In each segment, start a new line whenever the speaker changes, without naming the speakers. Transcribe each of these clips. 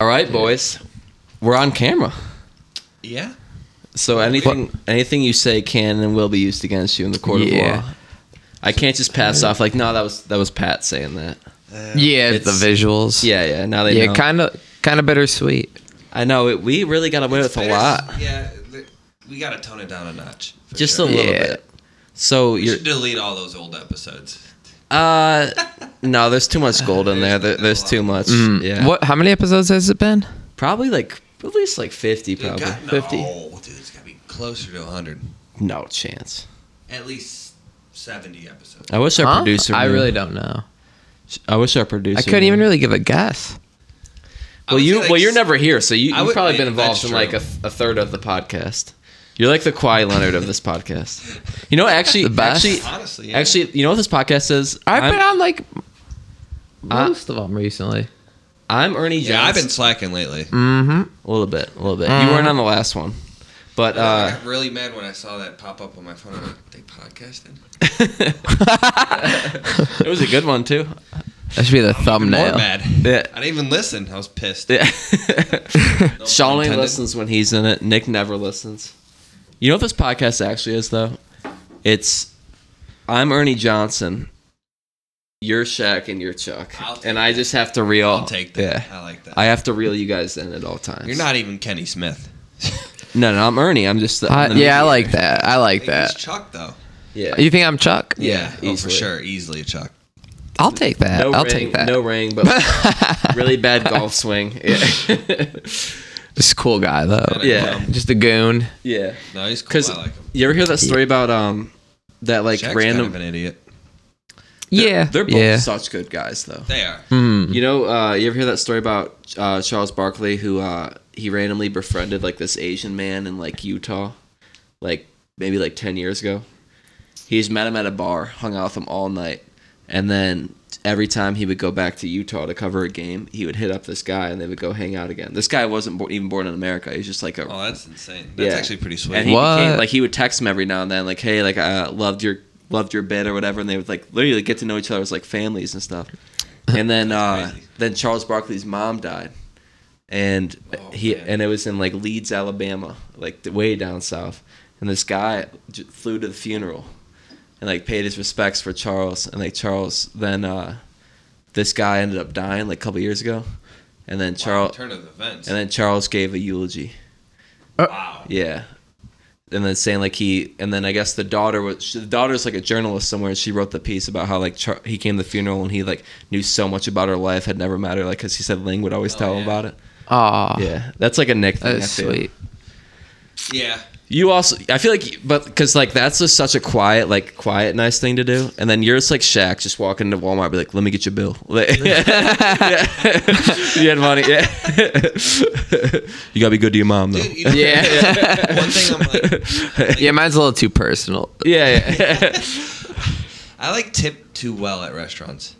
it, boys. We're on camera.
Yeah.
So anything anything you say can and will be used against you in the court
Yeah.
of law. I can't just pass off like, no, that was that was Pat saying that.
Um,
yeah, the
It's-
visuals.
Yeah, yeah. Now they
yeah,
know.
kind of, kind of bittersweet.
I know it, we really got away with a
There's-
lot,
Yeah, th- we gotta tone it down a notch. for
just
sure.
a little
Yeah.
bit. So
We
you're
should delete all those old episodes.
uh, no, there's too much gold in there. there there's too much.
Mm.
Yeah,
What? How many episodes has it been?
Probably like at least like fifty,
Dude,
probably
got,
fifty.
No, dude, it's gotta be closer to 100.
No chance.
At least 70 episodes.
I wish our
Huh?
producer.
I
knew.
really don't know.
I wish our producer.
I couldn't
knew.
even really give a guess.
I
Well,
would
you
say, like,
well, you're
s-
never here, so you,
I
you've
would-
probably been
yeah,
involved
that's
in like a,
true.
th- a third of the podcast. You're like the Kawhi Leonard of this podcast. You know, actually,
The best.
actually,
Honestly, yeah.
actually, you know what this podcast is?
I've
I'm,
been on like
Uh,
most of them recently.
I'm Ernie Johnson.
Yeah, I've Mm-hmm. been slacking lately.
Mm,
Mm-hmm.
a little bit, a little bit. You weren't on the last one, but
I
uh,
got really mad when I saw that pop up on my phone. I'm like, they podcasted?
it was a good one too.
That should be the
Even More
thumbnail.
mad.
Yeah.
I didn't even listen. I was pissed.
Yeah.
No
Sean
pun
only
intended.
listens when he's in it. Nick never listens. You know what this podcast actually is, though? It's I'm Ernie Johnson, you're Shaq, and you're Chuck,
I'll take
and I
that.
just have to reel.
I'll take that.
Yeah.
I like that.
I have to reel you guys in at all times.
You're not even Kenny Smith.
No, no, I'm Ernie. I'm just. The,
I-
I'm the
yeah, I
mediator.
like that. I like
He's
that.
Chuck, though.
Yeah.
You think I'm Chuck?
Yeah,
oh, for
easily.
sure. Easily a Chuck.
I'll take that.
no
I'll
ring,
take that.
No ring, but like, really bad golf swing. Yeah.
Just a cool guy though.
Kinda
Yeah.
dumb.
Just a goon.
yeah.
No, he's cool.
Because
I like him.
you ever hear that story about um that like
Shaq's
random?
kind of an idiot.
yeah.
They're both
yeah. Mm.
such good guys, though.
They are.
You know, uh, you ever hear that story about uh, Charles Barkley, who uh, he randomly befriended like this Asian man in like Utah, like maybe like ten years ago. He's met him at a bar, hung out with him all night, and then every time he would go back to Utah to cover a game, he would hit up this guy, and they would go hang out again. This guy wasn't bo- even born in America; he was just like a
Oh, that's insane. That's
Yeah.
actually pretty sweet.
and he
What?
became like he would text him every now and then, like, "Hey, like I loved your loved your bit or whatever," and they would like literally get to know each other as like families and stuff. And then uh,
crazy.
then Charles Barkley's mom died, and
Oh,
he
man.
and it was in like Leeds, Alabama, like th- way down south. And this guy j- flew to the funeral, and like paid his respects for Charles, and like Charles then uh, this guy ended up dying like a couple years ago, and then Charles
Turn of events.
and then Charles gave a eulogy.
wow.
Yeah. And then saying like he, and then I guess the daughter was she, the daughter's like a journalist somewhere, and she wrote the piece about how like Char- he came to the funeral and he like knew so much about her life, had never met her, like because he said Ling would always
Oh,
tell
yeah.
him about it.
Aw.
Yeah, Ah. that's like a Nick thing.
That's
I feel.
sweet.
Yeah.
You also, I feel like, but because like that's just such a quiet, like quiet, nice thing to do, and then you're just like Shaq, just walking into Walmart, be like, "Let me get your bill." Like, yeah. you had money, yeah. you gotta be good to your mom though.
Dude, you know,
Yeah.
One thing I'm like,
yeah, mine's a little too personal.
yeah, yeah,
I like tip too well at restaurants.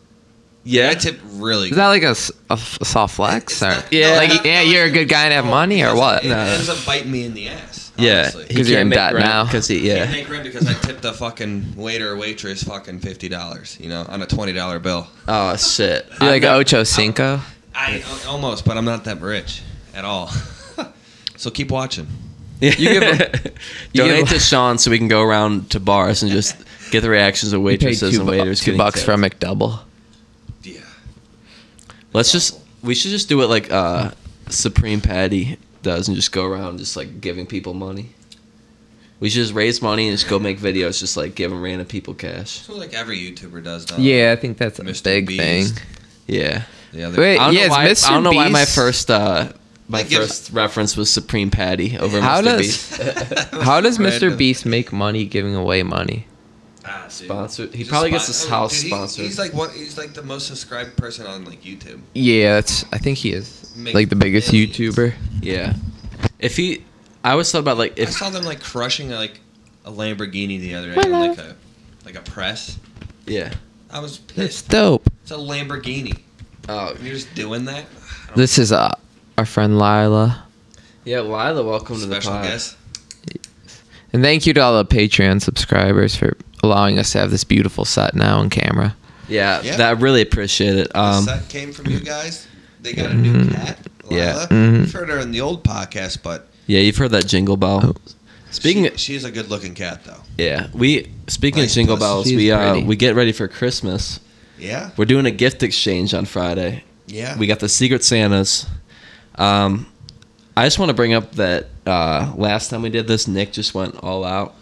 yeah.
I tip really.
Is that like a, s- a f- a soft flex? Or,
Yeah.
Like,
not-
yeah,
no,
you're a good guy and have money or what?
It
No.
ends up biting me in the ass.
Yeah,
honestly.
'Cause you're in debt now.
Because he,
Yeah.
yeah,
make rent because I tipped the fucking waiter or waitress fucking fifty dollars, you know, on a twenty dollar bill.
oh shit,
You're like
I,
Ocho Cinco?
I al- almost, but I'm not that rich at all. so keep watching.
you
give a- you
donate
give a-
to Sean so we can go around to bars and just get the reactions of waitresses
two,
and
bu-
waiters.
two
getting
bucks
tips.
for a McDouble.
Yeah.
Let's just we should just do it like uh, Supreme Patty does and just go around just like giving people money. We should just raise money and just go make videos, just like giving random people cash.
So like every YouTuber does now.
Yeah, I think that's a
Mr.
big
Beast.
thing.
Yeah,
The other
Wait,
I don't
yeah,
know why.
is Mr.
I don't know why my
Beast-
first uh, my
Like, give-
first reference was Supreme Patty over
How
Mr.
does
Beast.
how does Mr.
Random.
Beast make money giving away money?
Ah, dude.
Sponsored. He
Just
probably
spon-
gets his
I mean,
house
dude, he-
sponsored.
He's like one. He's like the most subscribed person on like YouTube.
Yeah, that's I think he is
Make
like the biggest
millions.
YouTuber.
Yeah. If he, I always thought about like
I
if
saw them like crushing like a Lamborghini the other day, on, like a like a press.
yeah.
I was
That's
pissed.
dope.
It's a Lamborghini.
Oh
You're just doing that. I don't-
This is uh, our friend Lila.
yeah, Lila, welcome to the
special
pod.
guest.
And thank you to all the Patreon subscribers for allowing us to have this beautiful set now on camera.
Yeah,
Yeah.
that I really appreciate it.
This
Um, mm-hmm.
set came from you guys. They got a new cat.
Yeah. mm-hmm.
Lila.
Mhm.
We've heard her in the old podcast, but
Yeah, you've heard that jingle bell.
Oh.
Speaking,
she, she's a good-looking cat, though.
yeah, we speaking of
Nice
jingle
pussy.
bells,
She's
we uh,
pretty.
we get ready for Christmas.
Yeah.
We're doing a gift exchange on Friday.
Yeah.
We got the Secret Santas. Um, I just want to bring up that uh, last time we did this, Nick just went all out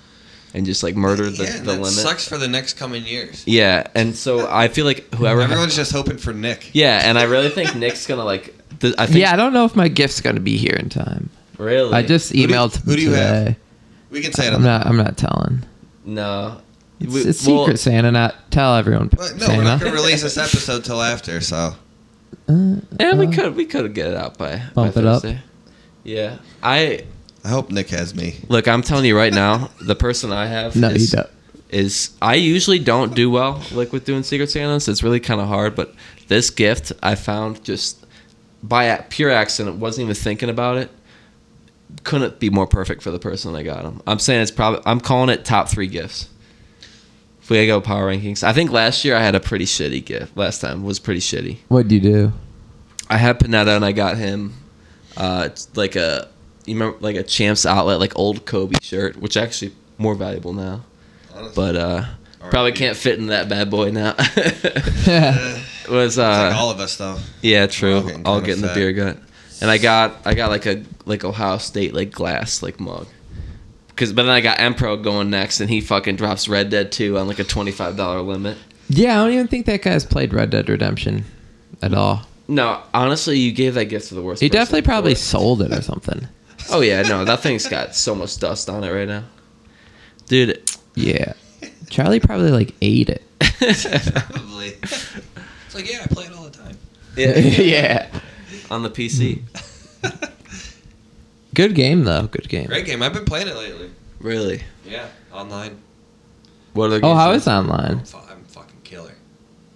and just like murdered the,
yeah, and
the
that
limit.
sucks for the next coming years.
Yeah, and so I feel like whoever.
Everyone's just hoping for Nick.
yeah, and I really think Nick's gonna like. Th- I think
yeah, I don't know if my gift's gonna be here in time.
really.
I just e
do you-
emailed
who do you
him today.
have? We can say it.
I'm
On the,
not. I'm not telling.
no.
It's,
We-
it's
well,
secret, Santa. Not tell everyone.
Well, no, we're not
Santa.
going to release this episode till after. So
Yeah, we
Uh,
could we could get it out by
Bump
by
it up.
Thursday. Yeah, I
I hope Nick has me.
look. I'm telling you right now, the person I have
No, you
is,
don't.
is I usually don't do well like with doing secret Santas. It's really kind of hard, but this gift I found just by a- pure accident. wasn't even thinking about it. Couldn't be more perfect for the person I got him. I'm saying it's probably. I'm calling it top three gifts. If we go power rankings, I think last year I had a pretty shitty gift. Last time was pretty shitty.
What'd you do?
I had Panetta and I got him uh it's like a you remember like a champs outlet like old Kobe shirt, which actually more valuable now.
Honestly.
But uh probably can't fit into that bad boy now. It
Yeah.
was
It's like
uh
oh, all of us though.
yeah, true.
all getting
I'll
kinda
get in the
fat.
beer gut. And I got I got like a like Ohio State like glass like mug. Cause but then I got Empro going next and he fucking drops Red Dead 2 on like a $25 limit.
I don't even think that guy's played Red Dead Redemption at all.
No, honestly, you gave that gift to the worst.
He
person
definitely
for
probably
it.
sold it or something.
Oh yeah, no, that thing's got so much dust on it right now, dude.
Yeah. Charlie probably like ate it.
Probably. it's like yeah, I play it all the time.
yeah.
on the PC.
Good game though. Good game.
Great game. I've been playing it lately.
Really?
Yeah, online.
What other
Oh,
games
how
you-
is online?
I'm, fu- I'm fucking killer.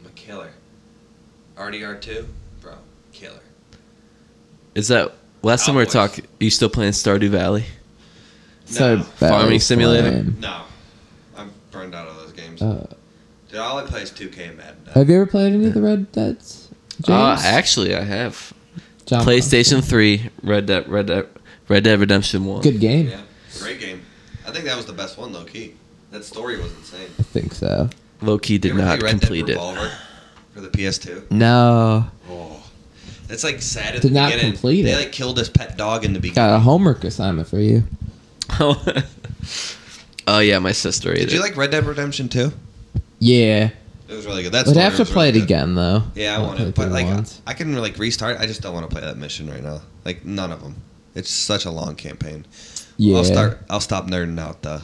I'm a killer. RDR two, bro, killer.
Is that last time we were
Cowboys.
talking? You still playing Stardew Valley?
So
No.
bad
Farming
it's
simulator?
lame.
No, I'm burned out of those games.
Uh,
Dude, all I play is two K Madden.
have you ever played any of the Red Dead's?
Uh,
James?
actually, I have
John
PlayStation Three, Red Dead, Red Dead, Red Dead Redemption One.
Good game.
Yeah, great game. I think that was the best one, low key. That story was insane.
I think so.
Low key
You
did
ever play
not
Red Dead
complete it.
Revolver for the PS2.
No.
Oh, it's like sad at
Did
the
not
beginning.
complete
they
it.
like killed his pet dog in the beginning.
Got a homework assignment for you.
Oh. yeah, my sister ate
Did you
it.
like Red Dead Redemption 2?
Yeah.
It was really good. That's
We'd have to play it again though.
Yeah, I
I'll
want
play
it, but
through
like
once.
I can like restart. I just don't want to play that mission right now. Like none of them. It's such a long campaign.
yeah.
I'll start. I'll stop nerding out though.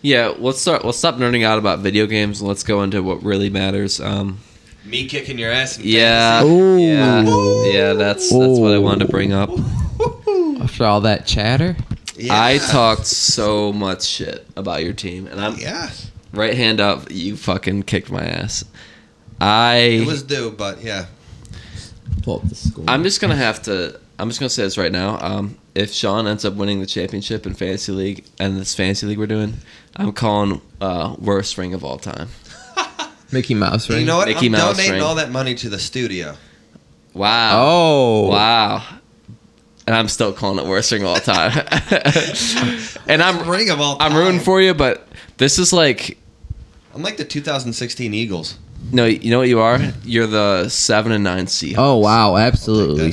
yeah, let's start. Let's stop nerding out about video games and let's go into what really matters. Um,
Me kicking your ass. In
yeah,
Ooh.
yeah, yeah. That's that's what I wanted to bring up.
After all that chatter.
I talked so much shit about your team, and I'm
Yeah,
right hand up. You fucking kicked my ass. I
it was due, but yeah.
Pull up the score.
I'm just gonna have to. I'm just gonna say this right now. Um, if Sean ends up winning the championship in fantasy league and this fantasy league we're doing, I'm calling uh, worst ring of all time.
Mickey Mouse ring.
You know what?
Mickey
I'm
Mouse
donating
ring.
all that money to the studio.
Wow.
Oh.
Wow. And I'm still calling it worst ring of all time. and I'm
ring of all.
I'm rooting
time.
for you, but this is like
I'm like the 2016 Eagles.
no. You know what you are? You're the seven and nine seed.
Oh wow! Absolutely
that.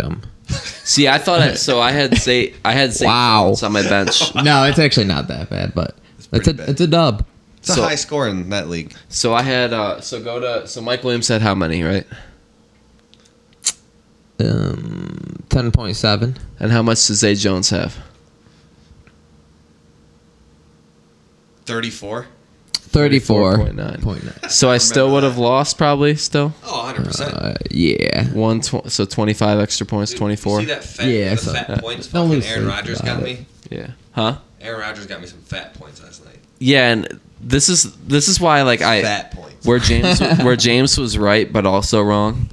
him.
See, I thought it. So I had say I had say
Wow.
on my bench.
No, it's actually not that bad, but it's,
pretty
a
bad.
it's a dub.
It's a
So-
high score in that league.
So I had uh so go to so Mike Williams said how many right?
Um, ten point seven.
And how much does Zay Jones have?
34.
34.9.
34.9. So I still
Remember
would
that.
have lost probably still
Oh, 100 percent.
Uh, yeah.
one tw- so twenty five extra points
Dude,
twenty four
You see that fat,
Yeah, I
the
saw
fat
that.
points
Don't
fucking
lose
Aaron
sleep
Rodgers
about
got
it.
me?
yeah huh
Aaron Rodgers got me some fat points last night.
yeah and this is this is why like I
fat points.
where James where James was right but also wrong.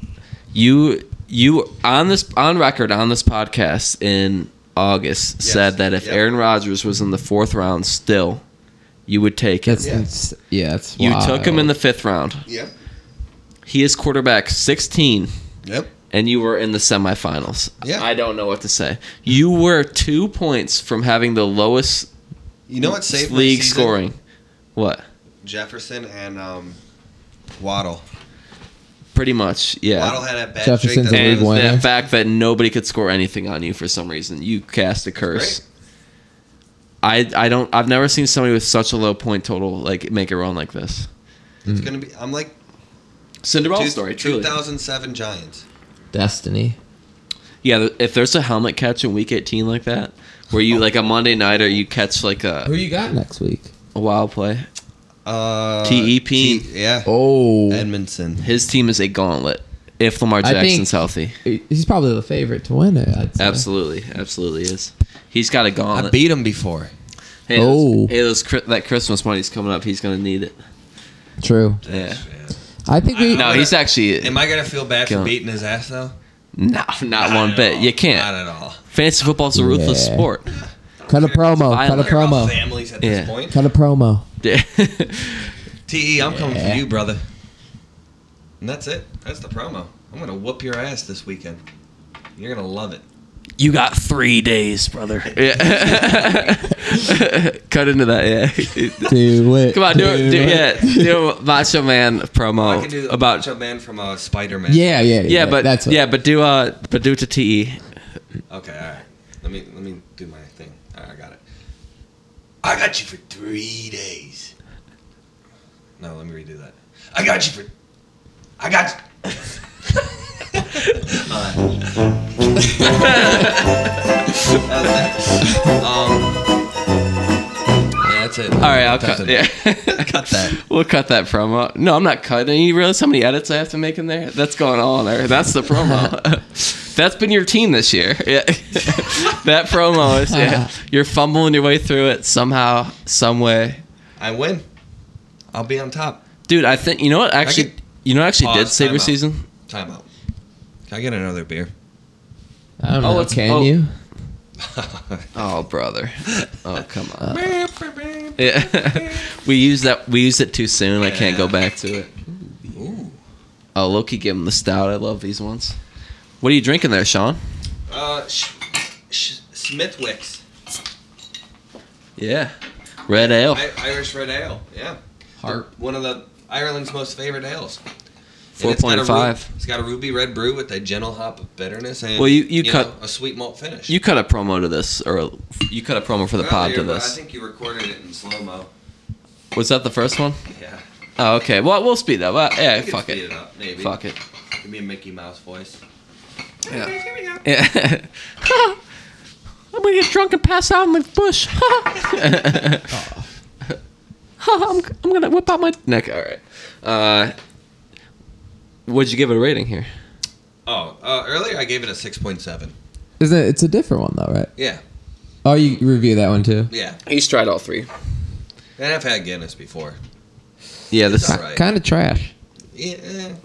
You you on this on record on this podcast in August
Yes.
said that if
Yep.
Aaron Rodgers was in the fourth round still, you would take him.
That's
Yeah.
ins- yeah. It's
You took him in
wild.
the fifth round.
Yep.
He is quarterback sixteen.
Yep.
and you were in the semifinals.
Yeah.
I don't know what to say. You were two points from having the lowest
You know what saved my
league
season?
scoring. What?
Jefferson and um, Waddle.
Pretty much, yeah.
Waddle had a bad
Jefferson's
streak. that
a
and
league
was-
winner.
the fact that nobody could score anything on you for some reason, you cast a curse.
Great.
I I don't. I've never seen somebody with such a low point total like make a run like this.
It's gonna be. I'm like
Cinderella
two-
story, truly.
2007 Giants.
Destiny.
Yeah, th- if there's a helmet catch in week 18 like that, where
Oh.
you like a Monday night or you catch like
Who
a,
you got next week?
a wild play,
Uh,
TEP.
T- yeah.
E Oh,
Edmondson.
his team is a gauntlet. If Lamar
I think-
Jackson's healthy,
he's probably the favorite to win it. I'd say.
absolutely, absolutely is. He's got a gauntlet.
I beat him before.
hey, those-
Oh.
hey, those Chri- that Christmas money's coming up. He's gonna need it.
True.
Yeah.
I think we.
No, he's actually
Am I gonna feel bad
Kill
for
him.
beating his ass though?
no, not
Not
one
at
bit.
all.
You can't.
Not at all.
Fantasy football's a ruthless
Yeah.
sport.
cut a
care.
promo.
I
Cut a
don't
Care about
promo.
Families at
Yeah.
this point.
Cut a promo.
Te, I'm coming
Yeah.
for you, brother. And that's it. That's the promo. I'm gonna whoop your ass this weekend. You're gonna love it.
you got three days, brother. Yeah. Cut into that. Yeah.
Do it.
Come on, do it. Do, yeah,
it.
do a Macho Man
I can do
promo
the
Oh, about.
Macho Man from uh, Spider Man.
Yeah, yeah, yeah.
Yeah, but
that's it.
yeah, but do uh, but do it to Te.
Okay. All right. Let me let me do my thing. All right, I got it. I got you for three days. No, let me redo that. I got you for. I got. You. All right.
E.
That was it. um. Yeah, that's it.
All right, I'll cut. Yeah.
Cut that.
We'll cut that promo. No, I'm not cutting. You realize how many edits I have to make in there? That's going on there. That's the promo. That's been your team this year. Yeah. that promo is yeah.
Uh-huh.
You're fumbling your way through it somehow, some way.
I win. I'll be on top.
Dude, I think you know what actually
could-
you know what actually did
Pause,
save your
timeout.
season?
Time out. Can I get another beer?
I don't
Oh,
know.
it's-
can
oh.
you?
Oh, brother. Oh, come on. Yeah. we used that we used it too soon. I can't go back to it.
Ooh.
Oh, Loki gave him the stout. I love these ones. What are you drinking there, Sean?
Uh, sh- sh- Smithwick's.
Yeah. Red ale.
I- Irish red ale. Yeah.
Harp.
The- one of the Ireland's most favorite ales. And
Four
it's got
point
a ru-
five.
It's got a ruby red brew with a gentle hop of bitterness and
Well, you- you cut-
know, a sweet malt finish.
You cut a promo to this, or you cut a promo for the
Well,
pod
you're-
to
I
this.
think you recorded it in slow mo.
Was that the first one?
Yeah.
Oh, okay. Well, we'll speed up. Uh, yeah,
We could
fuck
speed
it.
up, maybe.
Fuck it.
Give me a Mickey Mouse voice.
Yeah. Yeah. I'm gonna get drunk and pass out in the bush. I'm, I'm gonna whip out my neck. All right. Uh, would you give it a rating here?
Oh, uh, earlier I gave it a six point seven.
Isn't it? It's a different one though, right?
Yeah.
Oh, you review that one too.
Yeah.
He's tried all three.
And I've had Guinness before.
Yeah, this
It's
is
all right.
Kind of trash.
Yeah. eh.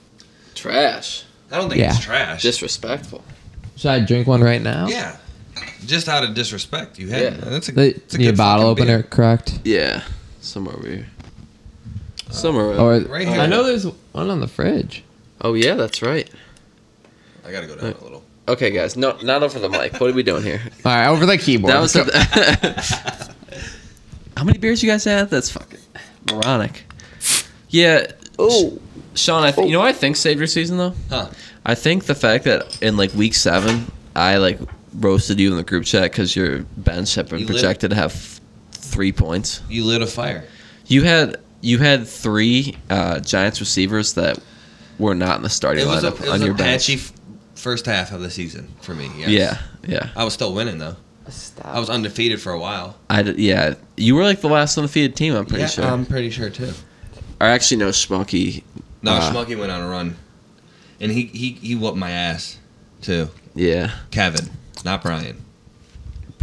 trash.
I don't think
Yeah.
it's trash.
Disrespectful.
Should I drink one right now?
yeah. Just out of disrespect, you had.
Yeah.
That's a,
The,
that's a
the
good
bottle
fucking
opener,
beer.
correct?
Yeah, somewhere over here. Somewhere.
Or
Right
I
here.
know there's one on the fridge.
oh yeah, that's right.
I gotta go down a little.
Okay, guys, no, not over the mic. What are we doing here?
All right, over the keyboard.
That was the. How many beers you guys had? That's fucking moronic. Yeah. Oh, Sean, I th- you know what I think saved your season though.
Huh.
I think the fact that in like week seven, I like roasted you in the group chat because your bench had been
You lit-
projected to have three points.
You lit a fire.
You had you had three uh, Giants receivers that were not in the starting
It was a,
lineup
it was
on
a
your bench.
patchy f- first half of the season for me. Yes.
Yeah, yeah.
I was still winning though. I was undefeated for a while.
I d- yeah. You were like the last undefeated team. I'm pretty
yeah, um,
sure.
I'm pretty sure too.
or actually, no, Schmucky.
No,
Uh,
Schmucky went on a run, and he he he whooped my ass too.
Yeah.
Kevin, not Brian.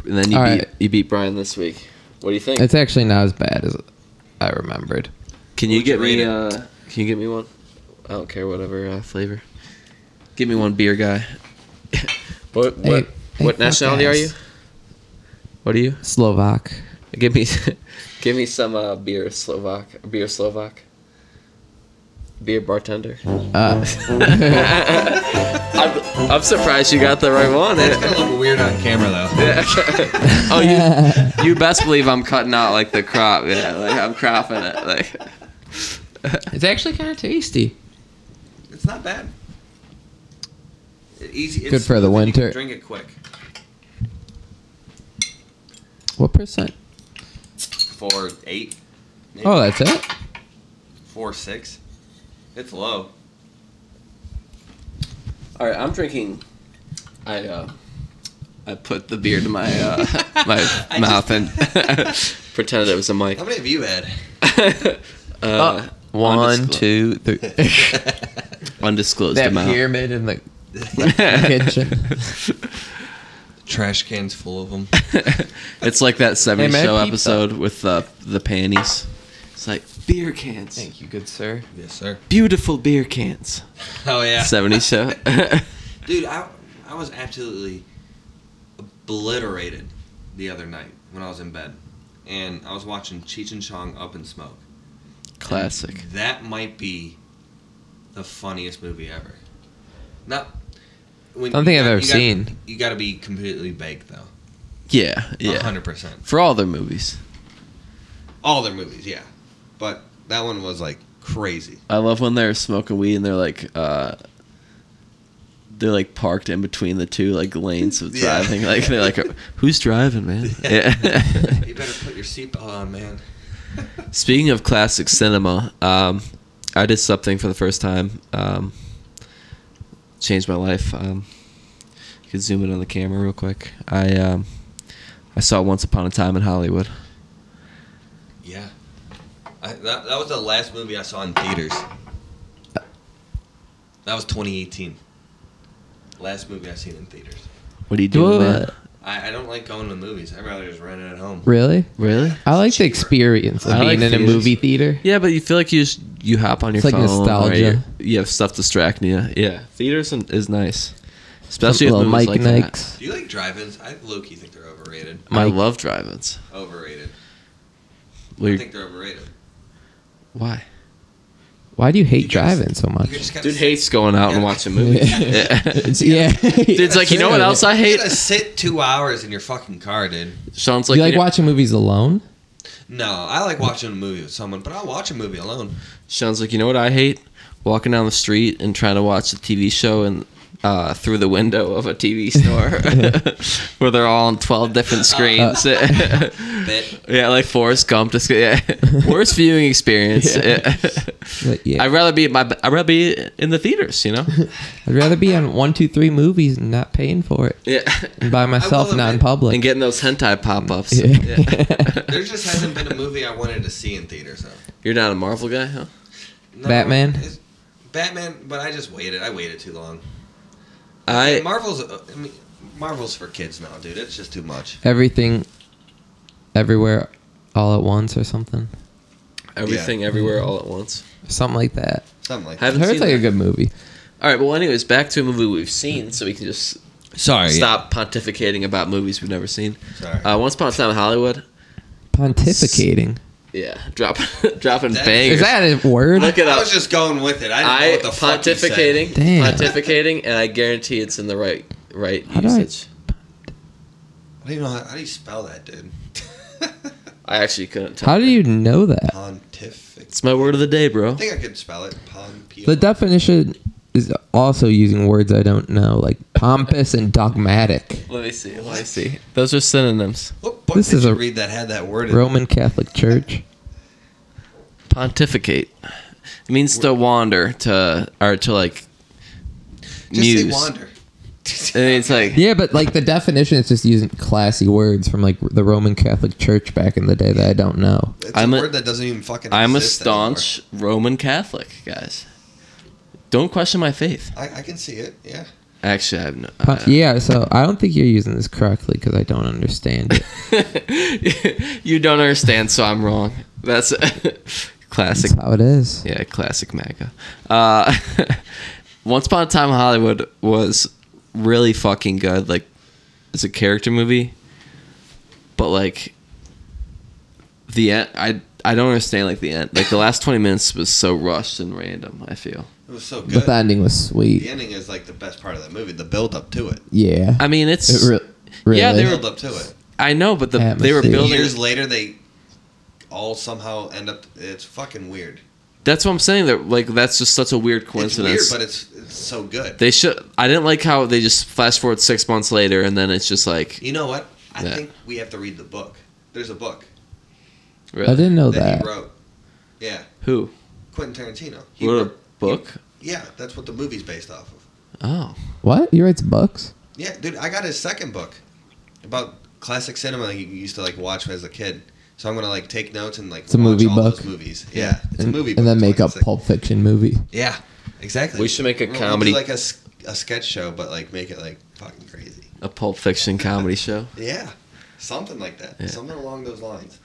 And then you
All
beat
right.
you beat Brian this week. What do you think?
It's actually not as bad as I remembered.
can you
What'd you
get me?
rate it?
Uh, can you get me one? I don't care whatever uh, flavor. Give me one beer guy. what
Hey,
what
hey,
what
fuck
nationality are
ass.
you? What are you?
Slovak.
Give me give me some uh, beer Slovak beer Slovak. Beer bartender.
Uh,
I, I'm surprised you got the right one.
It's gonna look weird on camera though.
oh, you, you best believe I'm cutting out like the crop. Yeah, like I'm cropping it. Like
It's actually kind of tasty.
It's not bad. It- Easy. It's
Good for the
smooth and you can
winter.
Drink it quick.
What percent?
Four eight. maybe.
Oh, that's it.
Four six. It's low.
All right, I'm drinking. I uh, I put the beer to my uh, my
I
mouth
just-
and pretended it was a mic.
How many have you had?
uh,
One,
undisclo-
two, three.
undisclosed
that
amount.
pyramid in the
Kitchen.
Trash cans full of them.
it's like that '70s
Hey, man,
show
keep
episode with the the panties. It's like beer cans,
you, good sir.
yes, sir.
beautiful beer cans.
Oh yeah.
'70s show.
Dude, I I was absolutely obliterated the other night when I was in bed, and I was watching Cheech and Chong Up in Smoke.
Classic.
That might be the funniest movie ever. Not. When
Don't
you
think I've
got-
ever
you gotta-
seen.
you got to be completely baked though.
Yeah,
Yeah.
yeah.
Hundred percent.
For all their movies,
All their movies, yeah. But that one was like crazy.
I love when they're smoking weed and they're like, uh, they're like parked in between the two like lanes of
Yeah.
driving. Like they're like, who's driving, man? Yeah.
you better put your seatbelt on, man.
Speaking of classic cinema, um, I did something for the first time. Um, changed my life. Um, you can zoom in on the camera real quick. I um, I saw Once Upon a Time in Hollywood.
Yeah. I, that, that was the last movie I saw in theaters. That was 2018. Last movie I seen in theaters.
What are you doing, man?
What?
I, I don't like going to movies. I'd rather just rent it at home.
Really?
Really?
I like the experience of
I
being
like
in a
theaters.
movie theater.
Yeah, but you feel like you just, you hop on your
It's like
phone. or
nostalgia.
you're- You have stuff distracting you. Yeah, theaters is- is nice, especially with
little
movies
Mike
like
Nikes.
Do you like drive-ins? I low-key think they're overrated.
that. I
Mike-
love drive-ins.
Overrated. I
Weird.
think they're overrated.
Why?
Why do you hate
You guys-
driving so
You're
much?
just gonna
Dude
sit-
hates going out and
Yeah.
watching movies.
It's- yeah.
Dude's like, you know what else I
You're
hate?
gonna sit two hours in your fucking car, dude.
Sean's
Do
like,
you like
you know-
watching movies alone?
No, I like watching a movie with someone, but I'll watch a movie alone.
Sean's like, you know what I hate? Walking down the street and trying to watch a TV show and uh, through the window of a TV store where they're all on twelve different
Uh,
screens.
Bit.
yeah, like Forrest Gump. Just, yeah. Worst viewing experience.
Like, yeah.
I'd rather be at my I'd rather be in the theaters, you know.
I'd rather be on one, two, three movies and not paying for it.
yeah,
And by myself,
will
not in
admit-
public.
and getting those hentai pop ups.
Yeah.
There just hasn't been a movie I wanted to see in theaters though.
You're not a Marvel guy, huh?
No,
Batman?
it's- Batman, but I just waited. I waited too long.
I
Marvel's, uh, I mean, Marvel's for kids now, dude. It's just too much.
Everything, everywhere, all at once or something.
everything
Mm-hmm.
everywhere all at once.
Something like that.
Something like
Have-
that.
Haven't
I heard
seen
it's like
that.
a good movie.
All right, well, anyways, back to a movie we've seen, so we can just
Oh,
Sorry.
stop pontificating about movies we've never seen.
Sorry.
Uh, Once upon a time in Hollywood.
Pontificating.
Yeah, drop, dropping
That-
bangers.
Is that a word?
Look it
I
up.
was just going with it. I didn't
I
know what the fuck you said.
pontificating,
Damn.
pontificating, and I guarantee it's in the right right
How do I-
usage.
I don't even know how, how do you spell that, dude.
I, actually couldn't tell.
How do you know that?
Pontific.
It's my word of the day, bro.
I think I could spell it. Pon. P-
The definition is also using words I don't know, like pompous and dogmatic.
Let me see. Let me see. Those are synonyms.
What book
This
did
is
you
a-
read that had that word? in it?
Roman Catholic Church.
Pontificate. It means to wander, to or to like
Just
muse.
say wander.
And it's like
Yeah, but like the definition is just using classy words from like the Roman Catholic Church back in the day that I don't know.
It's
I'm
a,
a-
word that doesn't even fucking.
I'm a
exist anymore.
staunch Roman Catholic, guys. Don't question my faith.
I, I can see it. Yeah.
Actually, I have no.
Uh, yeah, so I don't think you're using this correctly because I don't understand it.
you don't understand, so I'm wrong. That's classic.
That's how it is.
Yeah, classic MAGA. Uh, Once Upon a Time in Hollywood was really fucking good. Like, it's a character movie, but like the end, I I don't understand like the end. Like the last twenty minutes was so rushed and random. I feel.
It was so
But
good.
the ending was
the
sweet.
ending is like the best part of that movie. The build up to it.
Yeah.
I mean, it's.
It re- really.
Yeah, they
The
were-
build up to it.
I know, but the they were
Atmosphere.
building.
Years later, they all somehow end up. It's fucking weird.
That's what I'm saying. That like that's just such a weird
It's
coincidence.
weird, but it's it's so good.
they should. I didn't like how they just flash forward six months later, and then it's just like.
you know what? I
Yeah.
think we have to read the book. There's a book
I didn't
Oh,
know
that
that.
he wrote. Yeah,
Who
Quentin Tarantino. He
wrote
wrote-
a book?
yeah, that's what the movie's based off of.
Oh,
What? He writes books?
Yeah, dude, I got his second book about classic cinema that you used to like watch as a kid. So I'm gonna like take notes and like
It's a
watch
movie
all
book.
those movies. Yeah, it's
and,
a movie,
and then
It's
make
fucking
up
sick.
Pulp Fiction movie.
Yeah, exactly.
We should make a
We'll do,
comedy-
like a, s- a sketch show, but like make it like fucking crazy.
a Pulp Fiction comedy show.
Yeah, something like that.
Yeah.
Something along those lines.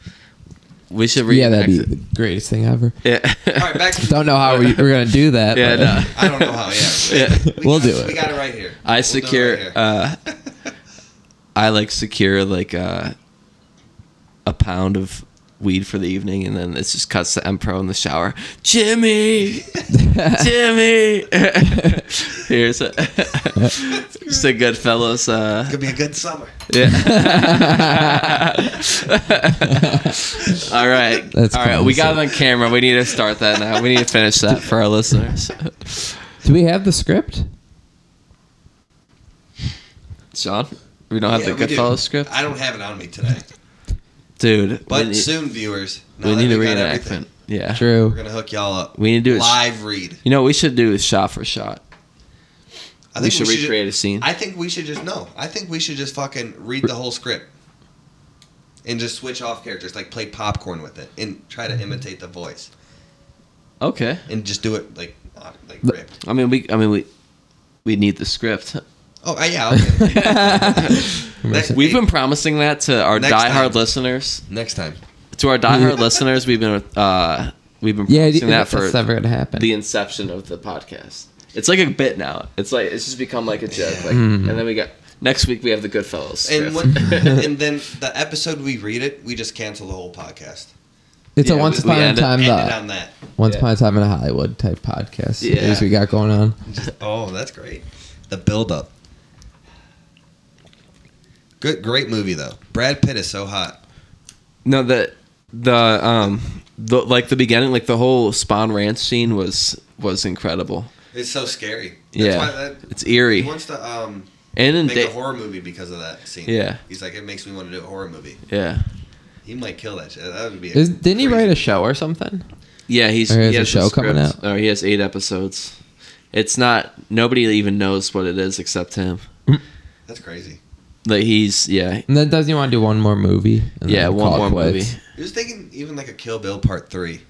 We should read.
Yeah, that'd be the greatest thing ever.
Yeah.
All right, back. To,
Don't know how we, we're gonna do that.
Yeah,
but-
no.
I don't know how. Yeah,
yeah.
We
We'll
got-
do it.
We got it right here.
I
We'll do it
secure.
right here.
uh, I like secure like uh, a pound of weed for the evening, and then it just cuts to Empro in the shower. Jimmy, Jimmy. Here's a, just a good fellows. Uh,
Could be a good summer.
all right,
That's
all right. We got it on
classic.
camera. We need to start that now. We need to finish that for our listeners.
Do we have the script?
John, we don't have
Yeah,
the
we do.
Goodfellas script,
I don't have it on me today,
dude.
but
we need,
soon, uh, viewers. now
we
that
need a
got everything,
reenactment. Yeah,
We're
True.
gonna hook y'all up.
We need to do it.
live read.
You know, what we should do is shot for shot.
I
we should
we
recreate a scene.
I think we should just no. I think we should just fucking read the whole script and just switch off characters, like play popcorn with it and try
Mm-hmm.
to imitate the voice
okay.
and just do it like uh, like ripped.
I mean, we. I mean, we. We need the script.
Oh uh, yeah. I'll get it. next,
We've been promising that to our
Next
diehard
time.
listeners.
next time.
To our diehard listeners, we've been. uh We've been
Yeah,
promising that
that's
for
never gonna happen.
the inception of the podcast. It's like a bit now. It's like it's just become like a joke. Like, And then we got next week. We have the Goodfellas.
And
Script.
when, and then the episode we read it, we just cancel the whole podcast.
it's
yeah,
a once
we- we
upon a
end it-
time
End
the
it on that.
once
yeah.
upon a time in Hollywood type podcast
Yeah.
series we got going on.
Oh, that's great. The build up. Good, great movie though. Brad Pitt is so hot.
No, the the um the like the beginning, like the whole Spawn Ranch scene was was incredible.
It's so scary. That's
Yeah,
why that,
it's
he
eerie.
wants to um
And in
make
da-
a horror movie because of that scene.
Yeah.
he's like, it makes me want to do a horror movie.
yeah,
He might kill that shit. That would be.
Is, didn't he
crazy-
write a show or something?
yeah, he's
Or he has
he
a
has
show coming
script. Or he has eight episodes. It's not nobody even knows what it is except him.
That's crazy.
Like he's yeah
And then doesn't he want to do one more movie? And
yeah
then
one
call
more
it quits?
movie.
He was thinking even like a Kill Bill Part Three.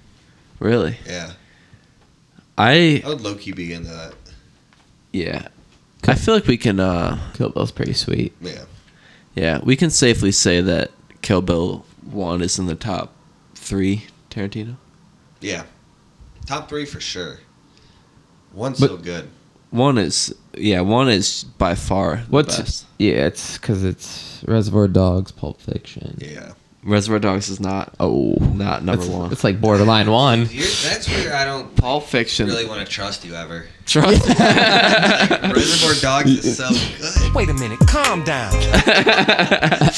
Really,
Yeah,
I
I would low key be into that.
yeah. I feel like we can, uh,
Kill Bill's pretty sweet.
Yeah,
yeah, we can safely say that Kill Bill one is in the top three Tarantino.
yeah, top three for sure. One's
But-
so good.
One is yeah, one is by far the
What's
best.
yeah? It's because it's Reservoir Dogs, Pulp Fiction.
Yeah,
Reservoir Dogs is not
Oh,
not number
it's,
one.
It's like borderline one.
You're, that's where I don't
Pulp Fiction.
really want to trust you ever.
Trust.
Reservoir Dogs is so good.
Wait a minute, calm down.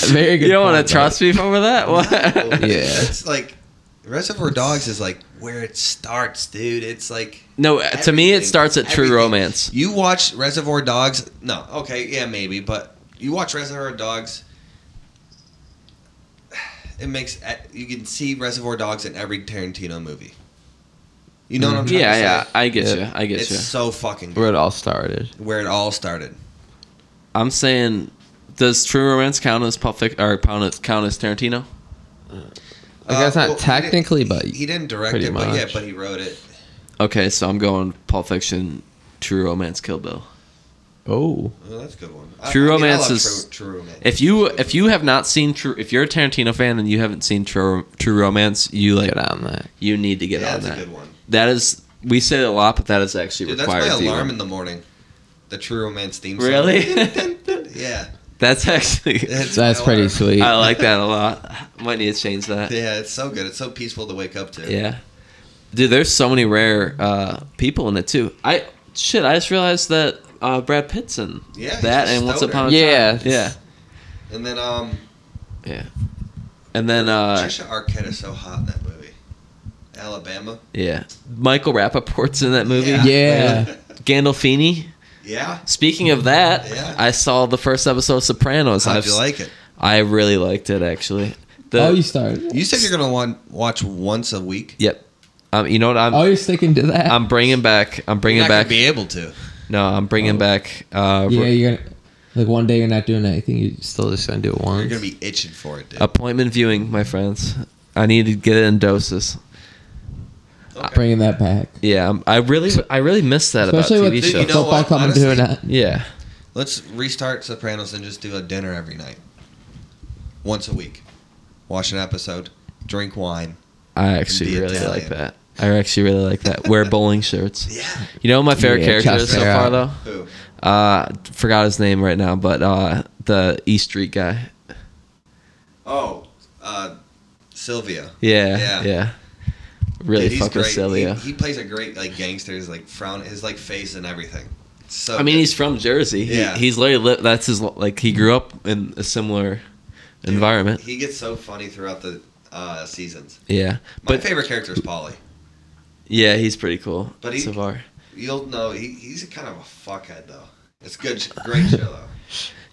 Very good.
you don't want
point,
to trust me over that. What?
Yeah.
it's like Reservoir Dogs is like where it starts, dude. It's like.
No, to me it
Everything.
starts at True
Everything.
Romance.
You watch Reservoir Dogs. No, okay, yeah, maybe, but you watch Reservoir Dogs. It makes you can see Reservoir Dogs in every Tarantino movie. You know what I'm trying
Mm-hmm. Yeah,
to say?
yeah, I get
Yeah.
you. I get
It's
you.
so fucking
Where
good.
it all started.
where it all started.
I'm saying, does True Romance count as Pulp Fiction or count as, count as Tarantino?
Like that's
Uh, well, he
not
didn't-
technically, but
he didn't direct
pretty
it, but yeah,
much.
but he wrote it.
Okay, so I'm going Pulp Fiction, True Romance, Kill Bill.
oh,
Well, that's a good one. I-
True
I mean, I
Romance
love
is-
True, True Romance.
If you if you have not seen True, if you're a Tarantino fan and you haven't seen True True Romance, you like
get on that.
you need to get
yeah,
on
that's
that.
a good one.
That is, we say it a lot, but that is actually
Dude, that's
required.
my
viewing.
alarm in the morning. The True Romance theme song.
Really?
yeah.
That's actually.
my
That's pretty
alarm.
sweet.
I like that a lot. Might need to change that.
Yeah, it's so good. It's so peaceful to wake up to.
Yeah. Dude, there's so many rare uh, people in it too. I shit, I just realized that uh, Brad Pitt's in
Yeah, he's
that
a
and Once
stoner.
Upon a
Yeah.
Time. Yeah,
And then um,
yeah. And then uh,
Trisha Arquette is so hot in that movie. Alabama.
yeah, Michael Rappaport's in that movie. Uh,
Yeah.
Yeah.
Gandolfini.
Yeah.
Speaking of that,
Yeah.
I saw the first episode of Sopranos.
How'd
I've-
you like it?
I really liked it actually. The,
oh, you started.
You said you're gonna want watch once a week.
Yep. Um, you know what? I'm
Oh, you're sticking to that.
I'm bringing back. I'm bringing
You're not
back.
gonna be Oh. able to.
No, I'm bringing back. Uh,
yeah, you're gonna like one day you're not doing anything. You just
Still just gonna do it
You're
once.
gonna be itching for it, dude.
appointment viewing, my friends. I need to get it in doses.
Okay.
bringing that back,
Yeah, I'm, I really, I really miss that
especially
about TV
with
Dude,
shows.
you know
football
what?
coming to an end.
yeah,
Let's restart Sopranos and just do a dinner every night. Once a week. Watch an episode, drink wine.
I actually
be
really
Italian.
like that. I actually really like that. Wear bowling shirts.
Yeah.
You know who my favorite
Yeah,
character
Chuck's
is so
there.
far though.
Who?
Uh, forgot his name right now, but uh, the East Street guy.
Oh, uh, Sylvia.
Yeah,
Yeah.
yeah. Really
Dude, he's
fuck with
great.
Celia.
He, he plays a great like gangster's like frown his like face and everything. It's So
I mean,
good.
he's from Jersey. He,
Yeah.
he's literally li- that's his like he grew up in a similar
Dude,
environment.
He gets so funny throughout the uh, seasons.
Yeah,
My
but
favorite character is Polly.
yeah, he's pretty cool
But he-
so far.
You'll know he, he's kind of a fuckhead though. It's good, great show though.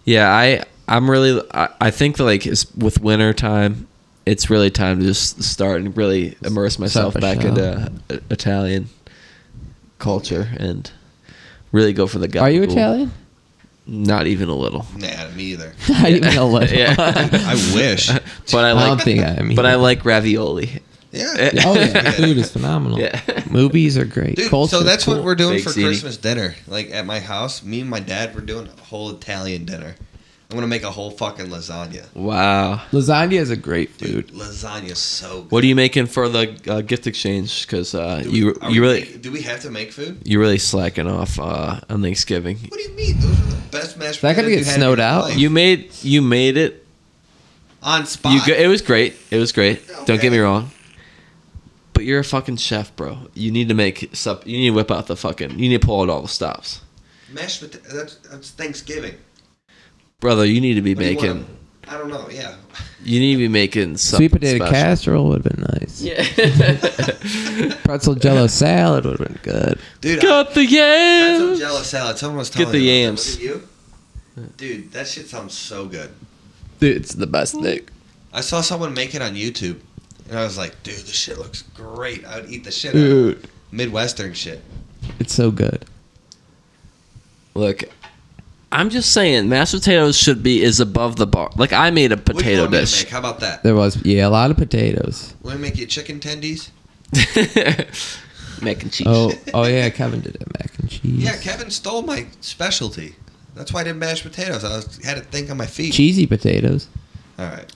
Yeah, I I'm really I, I think that like it's, with winter time, it's really time to just start and really immerse myself
up a
back
show.
into uh, Italian culture and really go for the guy.
Are you Italian?
Not even a little.
Nah, me either.
Not even a little.
Yeah.
I wish.
But I
I don't
like
think I mean.
but I like ravioli.
Yeah.
Oh yeah, food is phenomenal.
Yeah.
Movies are great.
Dude,
Culture
so
is
that's
cool.
what we're doing
Big
for
ziti.
Christmas dinner. Like at my house, me and my dad were doing a whole Italian dinner. I'm gonna make a whole fucking lasagna.
Wow.
Lasagna is a great
Dude,
food.
lasagna's so good.
What are you making for the uh, gift exchange? Because uh,
Do we-
you
are
you
we-
really
do we have to make food?
you really slacking off uh, on Thanksgiving.
What do you mean? Those are the best mashed
That gonna
potatoes
get
you had in
snowed
your
out?
life.
You made you made it.
on spot.
You go, it was great. It was great. Don't
Okay.
get me wrong. But you're a fucking chef, bro. You need to make sup. You need to whip out the fucking. You need to pull out all the stops,
mashed potatoes. That's, that's Thanksgiving.
brother. You need to be
What do you
making.
want? I don't know. Yeah.
You, need to be making something
Sweet potato
special.
casserole would have been nice.
Yeah.
Pretzel jello salad would have been good.
Dude, I,
Got the
that's some
yams.
jealous salad. Someone was
Get
telling
the
me about
yams.
that. Wasn't it you? Dude, that shit sounds so good.
Dude, it's the best thing.
I saw someone make it on YouTube, and I was like, dude, this shit looks great. I would eat the shit out of it.
Dude,
Midwestern shit.
it's so good.
Look, I'm just saying, mashed potatoes should be is above the bar. Like I made a
What do you
potato
want me to
dish.
make? How about that?
There was yeah, a lot of potatoes.
Let me make you chicken tendies.
mac and cheese.
Oh, oh yeah, Kevin did it. Mac and cheese.
Yeah, Kevin stole my specialty. That's why I did mashed potatoes. I was, had a thing on my feet.
Cheesy potatoes.
All right.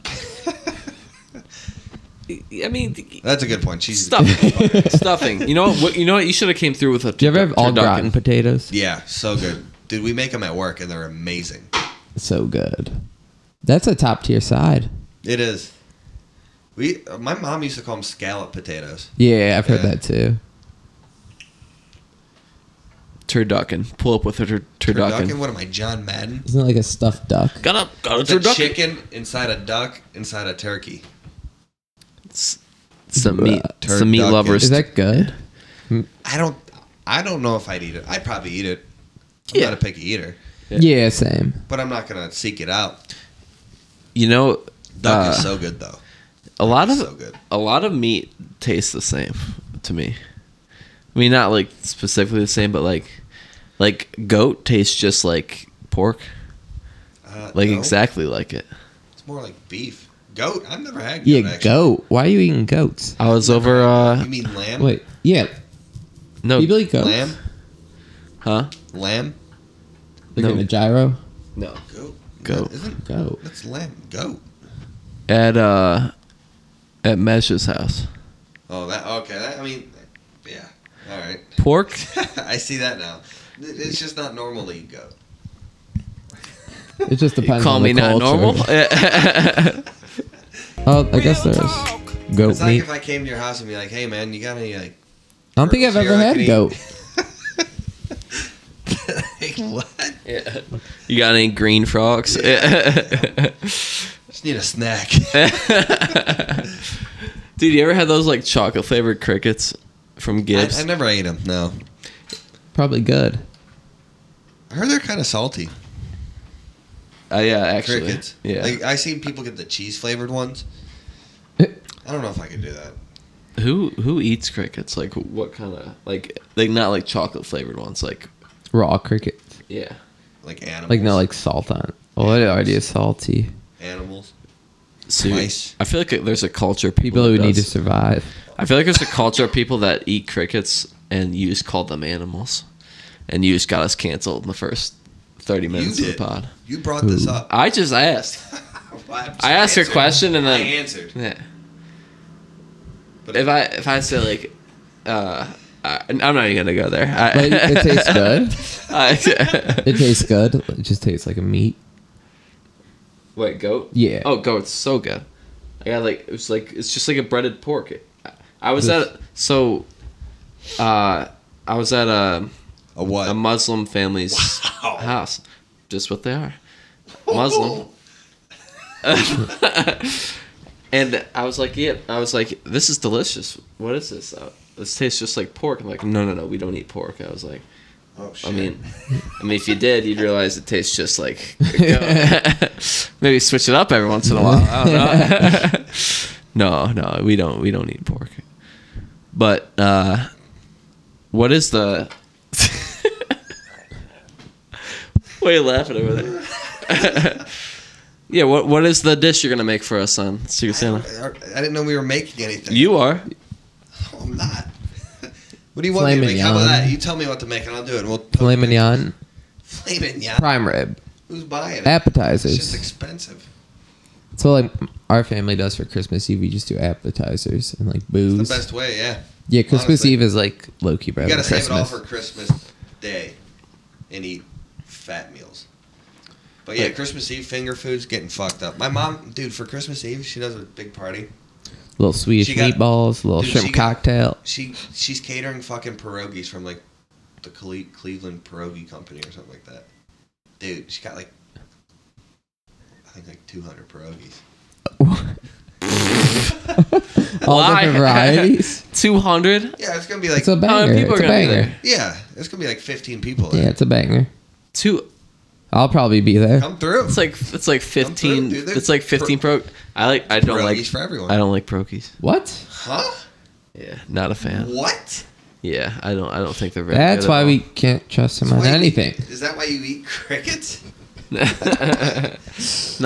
I mean, th-
That's a good point. Cheesy
stuffing,
potatoes.
stuffing. You know what- what? You know what? You should have came through with a.
Do you ever have all
turducken.
gratin potatoes?
Yeah, so good. Dude, we make them at work and they're amazing.
So good. That's a top tier side.
It is. We my mom used to call them scallop potatoes.
Yeah, I've heard
Yeah.
that too.
Turducken. Pull up with a tur- turducken.
Turducken, what am I, John Madden?
Isn't it like a stuffed duck?
Got up. Got a
It's a
turducken.
chicken inside a duck inside a turkey.
It's, it's some meat.
Bruh.
Some meat
Turducken.
lovers.
Uh, Is that good?
I don't I don't know if I'd eat it. I'd probably eat it. I'm
Yeah.
not a picky eater,
Yeah.
Yeah, same.
but I'm not gonna seek it out.
you know,
Duck
Uh,
is so good though.
a lot of
It's so good.
a lot of meat tastes the same to me. I mean, not like specifically the same, but like like goat tastes just like pork,
Uh,
like
no,
exactly like it.
It's more like beef. Goat. I've never had goat.
Yeah,
actually.
goat. Why are you eating goats?
I was over. uh
You mean lamb?
Wait, yeah,
No,
people eat goats.
Lamb?
huh?
Lamb?
They're
No.
getting a gyro.
No.
Goat.
Goat.
Isn't
Goat.
that's lamb. Goat.
At uh, at Mesh's house,
Oh, that okay. That, I mean, yeah. All right.
pork.
I see that now. It- It's just not normal to eat goat.
It just depends.
Call
on
me
the
not
culture.
normal.
Oh, I guess there's goat
It's like
meat.
if I came to your house and be like, "Hey, man, you got any like
I don't think I've ever had
Hierarchy.
goat.
like, what?
Yeah. You got any green frogs?
Just need a snack.
Dude, you ever had those like chocolate flavored crickets from
I,
Gibbs?
I never ate them. No,
Probably good.
I heard they're kind of salty.
Uh, yeah, actually.
Crickets.
Yeah.
Like I seen people get the cheese flavored ones. I don't know if I could do that.
who who eats crickets? Like what kind of like like not like chocolate flavored ones? Like
Raw cricket.
yeah.
Like animals.
Like no, like salt on. it. Well, it already is salty.
animals.
So you-
Mice.
I feel like there's a culture of people,
People who
that
need to
does-
survive.
I feel like there's a culture of people that eat crickets and you just call them animals, and you just got us canceled in the first thirty minutes of the
did.
pod.
You brought this
Ooh.
up.
I just asked. I asked a
your
question and then
I answered.
Yeah.
But
If I if I say like, uh, I, I'm not even gonna go there. I,
But it, it tastes good.
I-
It tastes good. It just tastes like a meat.
Wait, goat?
Yeah.
Oh, goat's so good. I got like it was like it's just like a breaded pork. I was
This-
at so, uh, I was at a
a what?
a Muslim family's
Wow.
house, just what they are, Muslim. and I was like, yeah, I was like, this is delicious. What is this? Uh, this tastes just like pork. I'm like, no, no, no, we don't eat pork. I was like,
Oh, shit.
I mean, I mean, if you did, you'd realize it tastes just like. goat. Maybe switch it up every once in a while. I don't know. no, no, we don't. We don't eat pork. But uh, what is the? what are you laughing over there? yeah. What What is the dish you're gonna make for us on Secret Santa?
I didn't know we were making anything.
You are.
No, I'm not. What do you want me to
Filet
make? How about
mignon.
that? You tell me what to make and I'll do it. We'll
Filet mignon,
Filet mignon.
prime rib,
Who's buying it? It's just
appetizers.
expensive.
So like our family does for Christmas Eve, we just do appetizers and like booze.
It's the best way, yeah.
yeah, Christmas
honestly.
Eve is like low key better
You gotta
than Christmas.
save it all for Christmas Day and eat fat meals. But yeah,
Like-
Christmas Eve finger foods getting fucked up. My mom, dude, for Christmas Eve she does a big party.
little Swedish
She got-
meatballs, little
Dude, she
shrimp
got-
cocktail.
She she's catering fucking pierogies from like the Cle- Cleveland Pierogi Company or something like that. Dude, she got like I think like 200 pierogies.
all
Why?
different varieties.
Two hundred.
Yeah, it's gonna be like
It's a
How
banger.
many people
It's
are
a
gonna be
banger.
there?
yeah, it's gonna be like 15 people.
Yeah,
There.
it's a banger.
Two.
I'll probably be there.
Come through.
It's like it's like fifteen.
dude. There's
it's like fifteen pro. I like. I don't like.
Pierogies for everyone.
I don't like prokies.
What?
huh?
Yeah, not a fan.
What?
Yeah, I don't. I don't think they're very.
That's
good at
why
all.
we can't trust him on
Why you-
anything.
Is that why you eat crickets?
no,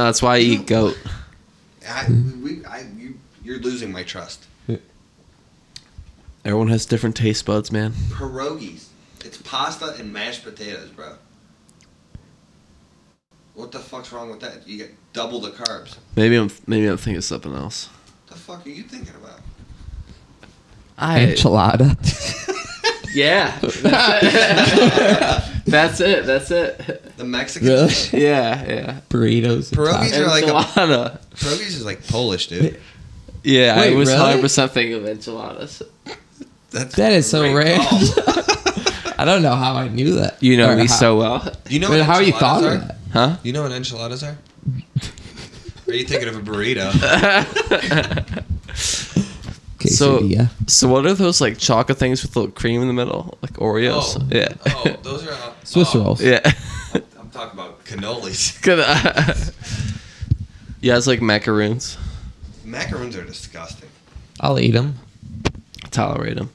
that's why I eat goat.
I, we, I, you, you're losing my trust.
Everyone has different taste buds, man.
Pierogies. It's pasta and mashed potatoes, bro. What the fuck's wrong with that? You get double the carbs.
Maybe I'm maybe I'm thinking something else.
The fuck are you thinking about?
I
Enchilada.
yeah. That's it. That's it.
The Mexican.
Really?
Yeah, yeah.
Burritos. and
Pierogies
tacos.
are like a,
Enchilada.
pierogies is like Polish, dude.
Yeah, I
Wait,
was
really?
hundred percent thinking of enchiladas.
That's
That is so
great Oh.
rare.
call.
I don't know how I knew that.
You know
Or
me
how-
so well,
You know
But
what
how you
enchiladas
thought
are?
of that?
huh?
You know what enchiladas are? Or are you thinking of a burrito?
So-
Quesadilla.
So what are those like chocolate things with little cream in the middle, like Oreos?
Oh,
yeah.
oh, those are uh,
Swiss
oh,
rolls.
yeah.
I'm talking about cannolis.
Good. yeah, it's like macaroons.
Macaroons are disgusting.
I'll eat them.
tolerate them.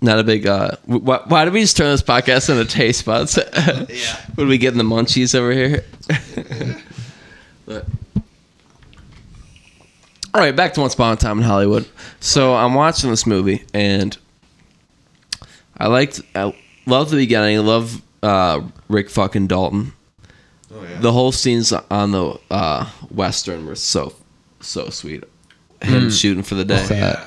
Not a big. Uh, wh- why, why did we just turn this podcast into taste buds? yeah. What are we getting the munchies over here? But- all right, back to Once Upon a Time in Hollywood. So I'm watching this movie, and I liked, I love the beginning. I love uh, Rick fucking Dalton.
Oh yeah.
The whole scenes on the uh, western were so, so sweet. Him
Mm.
shooting for the day,
What's that?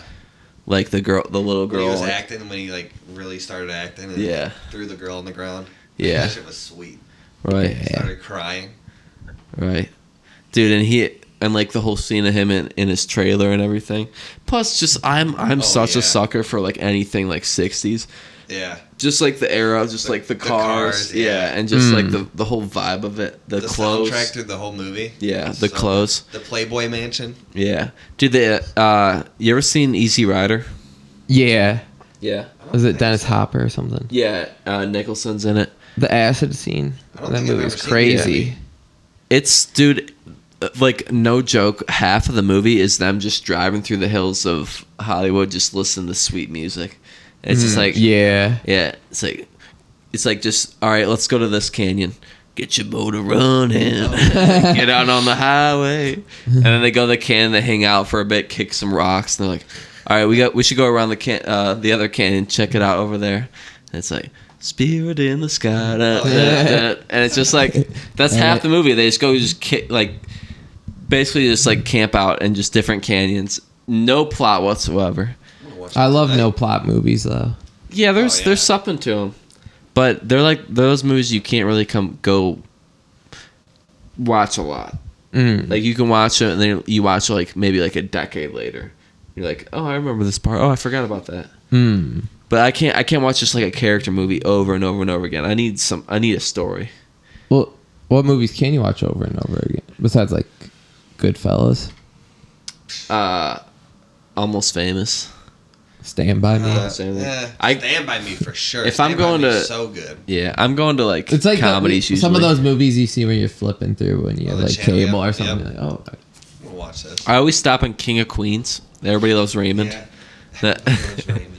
like the girl, the little
When
girl.
he was
like-
acting, when he like really started acting, and
Yeah.
threw the girl on the ground.
Yeah.
that shit was sweet.
Right.
Yeah.
Started crying.
Right. Dude, and he and like the whole scene of him in, in his trailer and everything. Plus, just I'm I'm
Oh,
such
yeah.
a sucker for like anything like '60s,
Yeah.
just like the era, just like the
the
cars,
cars,
yeah.
yeah.
and just like
Mm.
the the whole vibe of it, the,
The
clothes,
soundtrack to the whole movie.
yeah, the
So-
clothes,
The Playboy Mansion.
yeah. Dude, the uh, you ever seen Easy Rider?
Yeah.
Yeah,
Was it Dennis Hopper or something?
yeah. Uh, Nicholson's in it.
The acid scene.
I don't
That
think I've
movie was
ever seen the
crazy.
movie.
It's dude, uh, like no joke. Half of the movie is them just driving through the hills of Hollywood, just listening to sweet music. It's just
Mm,
like
yeah.
yeah. It's like it's like just all right. Let's go to this canyon. Get your motor running. Get out on the highway. And then they go to the canyon. They hang out for a bit, kick some rocks, and they're like, "All right, we got. We should go around the can, uh, the other canyon, check it out over there." And it's like. Spirit in the sky, da, da, da. and it's just like that's
And
half
it-
the movie. They just go just kick, like basically just like camp out in just different canyons. No plot whatsoever.
I'm gonna watch
I
that
love
tonight.
no plot movies though.
Yeah, there's
Oh, yeah.
there's something to them, but they're like those movies you can't really come go watch a lot.
Mm-hmm.
Mm.
Like you can watch it and then you watch it like maybe like a decade later. You're like, oh, I remember this part. Oh, I forgot about that.
Mm.
But I can't I can't watch just like a character movie over and over and over again. I need some I need a story.
Well, what movies can you watch over and over again besides like Goodfellas,
Uh, almost famous.
Stand by Me?
Uh,
Uh,
Same.
yeah,
I-
stand by me for sure.
If I'm
Stand By
going
Me
to-
is so good.
Yeah, I'm going to like
it's like the-
comedies. usually.
some of those movies you see when you're flipping through when you
Oh,
have
the
like
channel,
cable
yeah,
or something.
yeah.
Like, oh,
I'm gonna watch this.
I always stop on King of Queens. Everybody loves Raymond.
Yeah.
That-
George Raymond.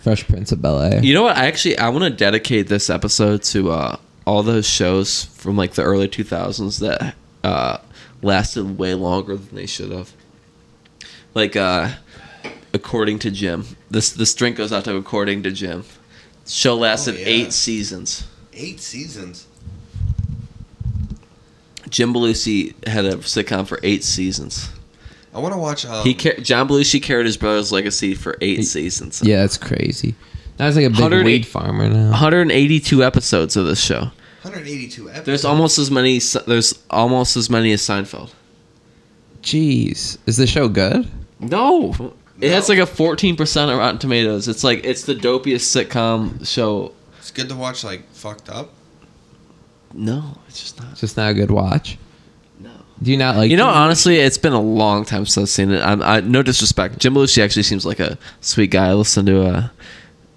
Fresh Prince of Bel Air.
You know what? I actually I want to dedicate this episode to uh, all those shows from like the early 2000s that uh, lasted way longer than they should have. Like uh, according to Jim, this this drink goes out to according to Jim. Show lasted
yeah.
eight seasons.
Eight seasons.
Jim Belushi had a sitcom for eight seasons.
I want to watch. Um,
he car- John Belushi carried his brother's legacy for eight
He-
seasons.
Yeah, that's crazy. Now it's like a big
108
weed farmer now.
182 episodes of this show.
182 episodes.
There's almost as many. There's almost as many as Seinfeld.
Jeez, is the show good?
No. It has
No.
like a 14% of Rotten Tomatoes. It's like it's the dopiest sitcom show.
It's good to watch like fucked up.
No, it's just not.
It's just not a good watch.
No.
Do you not like?
You know,
it?
honestly, it's been a long time since I've seen it. I'm I, no disrespect. Jim Belushi actually seems like a sweet guy. I listened to a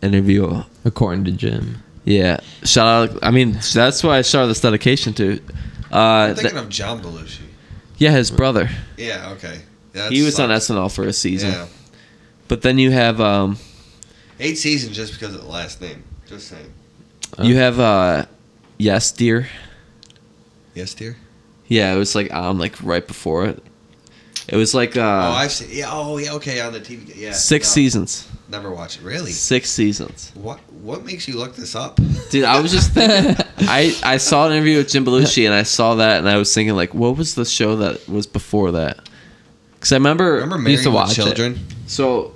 interview.
according to Jim,
Yeah, shout out. I mean, that's why I started this dedication to.
I'm
Uh,
thinking
th-
of John Belushi.
yeah, his brother.
Yeah. Okay. Yeah, that
He was on
sucks.
SNL for a season.
Yeah.
But then you have um,
Eight seasons just because of the last name. Just saying.
you have uh, yes, dear.
Yes, dear.
Yeah, it was like on like right before it. It was like uh,
oh, I've seen. Yeah. Oh, yeah. Okay. On the TV. Yeah.
six
no,
seasons.
Never watch it. Really.
Six seasons.
What What makes you look this up?
Dude, I was just thinking. I I saw an interview with Jim Belushi and I saw that and I was thinking like, what was the show that was before that? Because I remember,
Remember
we
Married
used to
with
watch it.
Children?
So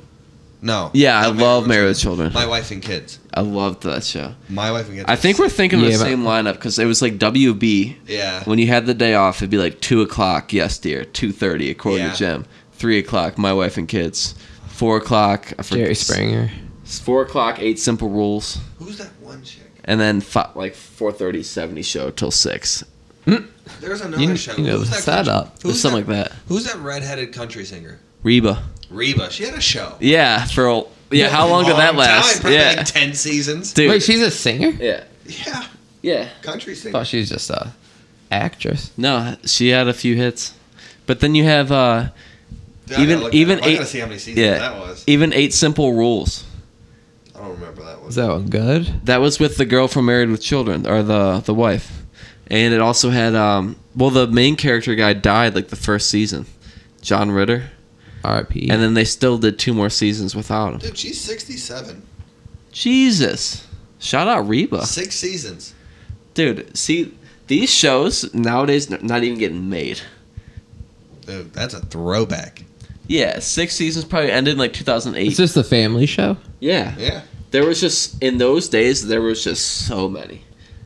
No.
yeah, I
Not
love Married with Children.
My wife and kids.
I loved that show.
My wife and kids.
I think we're thinking of the
Yeah, but-
same lineup because it was like WB.
Yeah.
When you had the day off, it'd be like two o'clock. Yes, dear. Two thirty, according
Yeah.
to Jim. Three o'clock, my wife and kids. Four o'clock, I forget-
Jerry Springer.
It's four o'clock, eight simple rules,
Who's that one chick?
and then fi like four thirty, seventy show till six,
There's another
You,
show.
you know the
who's that country-
setup.
or
Who's
something
that,
like that.
Who's that redheaded country singer?
Reba,
Reba. She had a show.
yeah, for a- yeah. How long did
Long
that
time,
last?
probably
yeah,
like ten seasons.
dude.
Wait, she's a singer?
yeah,
Yeah,
yeah.
country
I
singer.
thought she was just a actress.
No, she had a few hits, but then you have uh,
Yeah, I
even-
gotta look
even
that up. I
eight-
gotta see how many seasons
yeah.
that was.
even eight simple rules.
I don't remember that one.
Is that one good?
That was with the girl from Married with Children, or the the wife, and it also had um. Well, the main character guy died like the first season, John Ritter,
R.P.
and then they still did two more seasons without him.
Dude, she's sixty-seven.
Jesus, shout out Reba.
Six seasons.
Dude, see these shows nowadays n- not even getting made.
Dude, that's a throwback.
Yeah, six seasons probably ended in like 2008.
it's just a family show.
yeah,
Yeah.
there was just in those days there was just so many.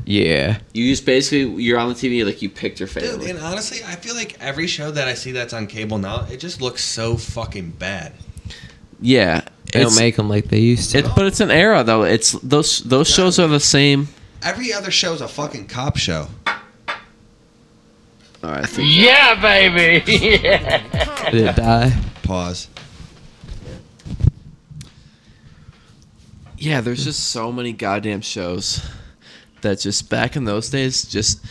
Yeah.
You just basically you're on the TV like you picked your
Dude,
family.
and honestly, I feel like every show that I see that's on cable now, it just looks so fucking bad.
yeah,
They
it's-
don't make them like they used to.
It, but it's an era though. It's those those shows are the same.
Every other show's a fucking cop show.
All right, I think
Yeah, baby. yeah.
Did it die?
Pause.
Yeah, there's just so many goddamn shows that just back in those days, just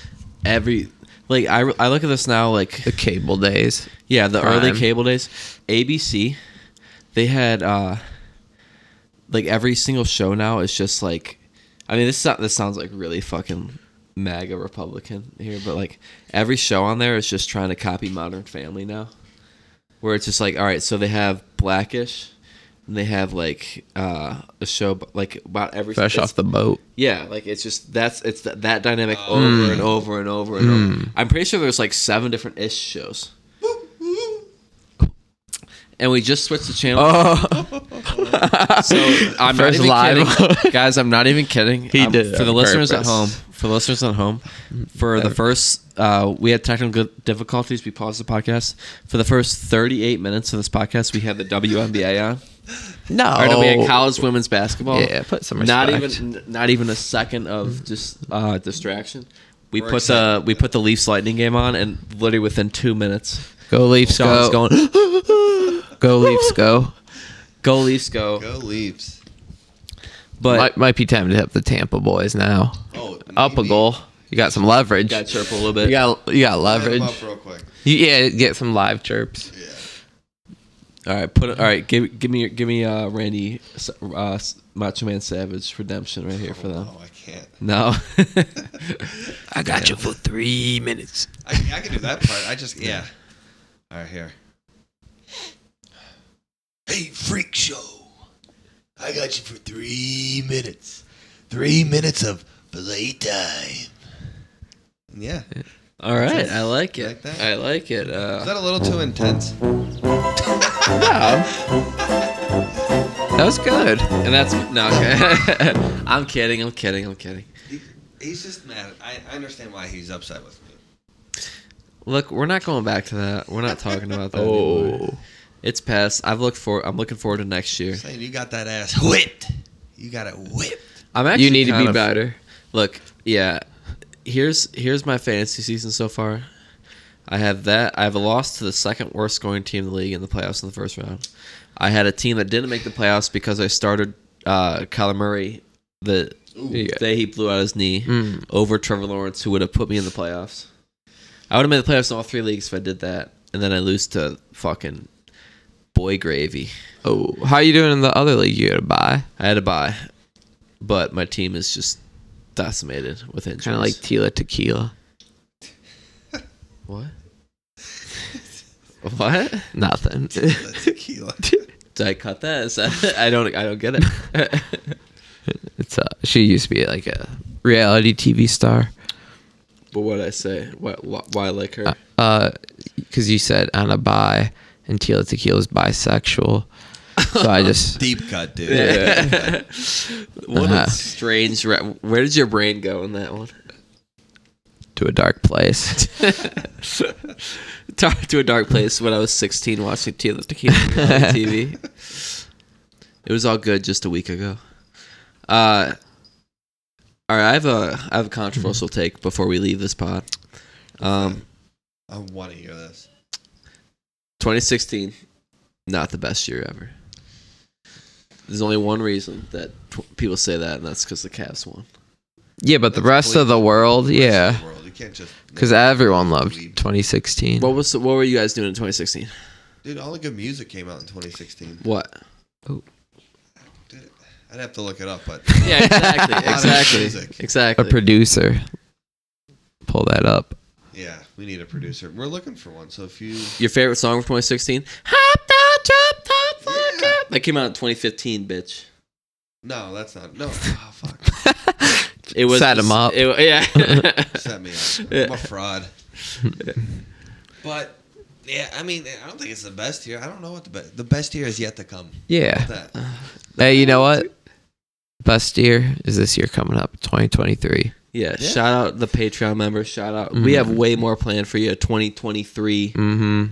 every like I, I look at this now like
The cable days.
yeah the early
Prime.
cable days, ABC, they had uh like every single show now is just like I mean this not this sounds like really fucking MAGA Republican here, but like every show on there is just trying to copy Modern Family now, where it's just like all right, so they have Blackish. And they have like uh, a show b- like about every
Fresh
it's-
off the boat.
yeah, like it's just that's it's that, that dynamic over and over and over and
Mm.
over. I'm pretty sure there's like seven different ish shows. And we just switched the channel. so I'm not
Oh. First
even
live.
kidding, guys. I'm not even kidding.
He
I'm-
did it
for the
on
listeners at
purpose.
home. For the listeners at home, for the first, uh, we had technical difficulties. We paused the podcast for the first 38 minutes of this podcast. We had the WNBA on.
No.
Or no, we had college women's basketball.
Oh. Yeah, put some
Not
respect.
even, n- not even a second of just uh, distraction. We
We're
put the
excited.
we put the Leafs Lightning game on, and literally within two minutes,
Go Leafs
Sean's
go.
going,
Go Leafs go.
"Go Leafs, go!"
Go Leafs.
But
might, might be time to hit the Tampa boys now.
Oh,
Up a
maybe.
goal. You got some leverage.
got chirp a little
You
bit.
got you got
Light 'em
leverage.
up real quick.
You, yeah, get some live chirps.
Yeah.
All right, put it. All right, give give me give me uh, Randy uh, Macho Man Savage redemption right here for them.
Oh, I can't.
No,
I got you for three minutes.
I, I can do that part. I just yeah. All right, here. Hey, freak show! I got you for three minutes. Three minutes of playtime. Yeah.
all right, I like
You
it.
like that?
I like it.
Is
Uh,
that a little too intense?
That was good.
and that's no. Okay. I'm kidding. I'm kidding. I'm kidding.
He, he's just mad. I, I understand why he's upset with me.
Look, we're not going back to that. We're not talking about that anymore.
Oh.
It's past. I've looked for. I'm looking forward to next year.
Saying you got that ass whipped. You got it whipped.
I'm actually.
You need to
kind
be
of-
better.
Look, yeah. Here's here's my fantasy season so far. I have that. I have a loss to the second worst scoring team in the league in the playoffs in the first round. I had a team that didn't make the playoffs because I started uh, Kyler Murray the
Yeah.
day he blew out his knee
Mm.
over Trevor Lawrence, who would have put me in the playoffs. I would have made the playoffs in all three leagues if I did that, and then I lose to fucking boy gravy.
Oh, how you doing in the other league? You had a buy,
I had a bye, but my team is just decimated with injuries.
kind of like Tila Tequila.
What? what?
Nothing.
Tequila.
Did I cut that? Is that? I don't. I don't get it.
it's uh, she used to be like a reality TV star.
but what I say? What? wh- Why I like her?
Uh, because you said on a buy, and Tila Tequila is bisexual. So I just
Deep cut, dude.
what
uh-huh.
a strange. Re- Where did your brain go in that one?
to a dark place.
Talk to a dark place when I was 16 watching Tequila Tequila on TV. It was all good just a week ago. Uh, all right, I have a I have a controversial
Mm-hmm.
take before we leave this pod. Um,
I want to hear this.
2016, not the best year ever. There's only one reason that tw- people say that, and that's because the Cavs won.
Yeah, but the
That's
rest of the world,
Rest of
yeah.
the world. You can't just
Because everyone loved
Believe.
2016.
What was the, what were you guys doing in 2016?
Dude, all the good music came out in 2016.
What?
Dude, I'd have to look it up, but
Yeah, exactly,
of
exactly,
music.
a
exactly.
producer. Pull that up.
yeah, we need a producer. We're looking for one. So if you
Your favorite song from 2016? Hop, da, drop, top, fuck
Yeah.
up. That came out in 2015, bitch.
no, that's not no. Oh, fuck,
It was
Set 'em up.
it- yeah.
set me up. I'm a fraud. But yeah, I mean, I don't think it's the best year. I don't know what the best the best year is yet to come.
Yeah.
That
Hey, you know what? Best year is this year coming up, 2023.
Yeah, shout out the Patreon members. Shout out. We
Mm.
have way more planned for you. 2023. Mm-hmm.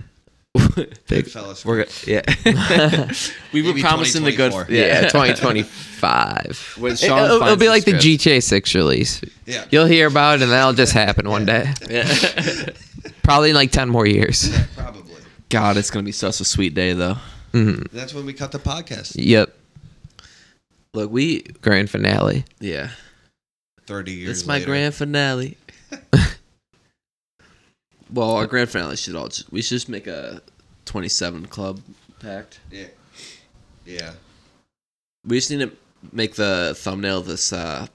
Big fellas.
We're go- yeah. we were
Maybe
promising the good.
2024.
Yeah, 2025.
When
It-
Sean
it'll, it'll
finds
be
the
like the
script.
GTA 6 release.
Yeah.
You'll hear about it, and that'll just happen one day. Probably in like 10 more years.
Probably.
God, it's gonna be such a sweet day though.
That's when we cut the podcast.
Mm-hmm. Yep.
Look, we
Grand finale.
yeah.
Thirty years.
It's my
later.
grand finale. well, our grand finale should all. ju- We should just make a 27 club pact.
Yeah. Yeah.
We just need to make the thumbnail of this uh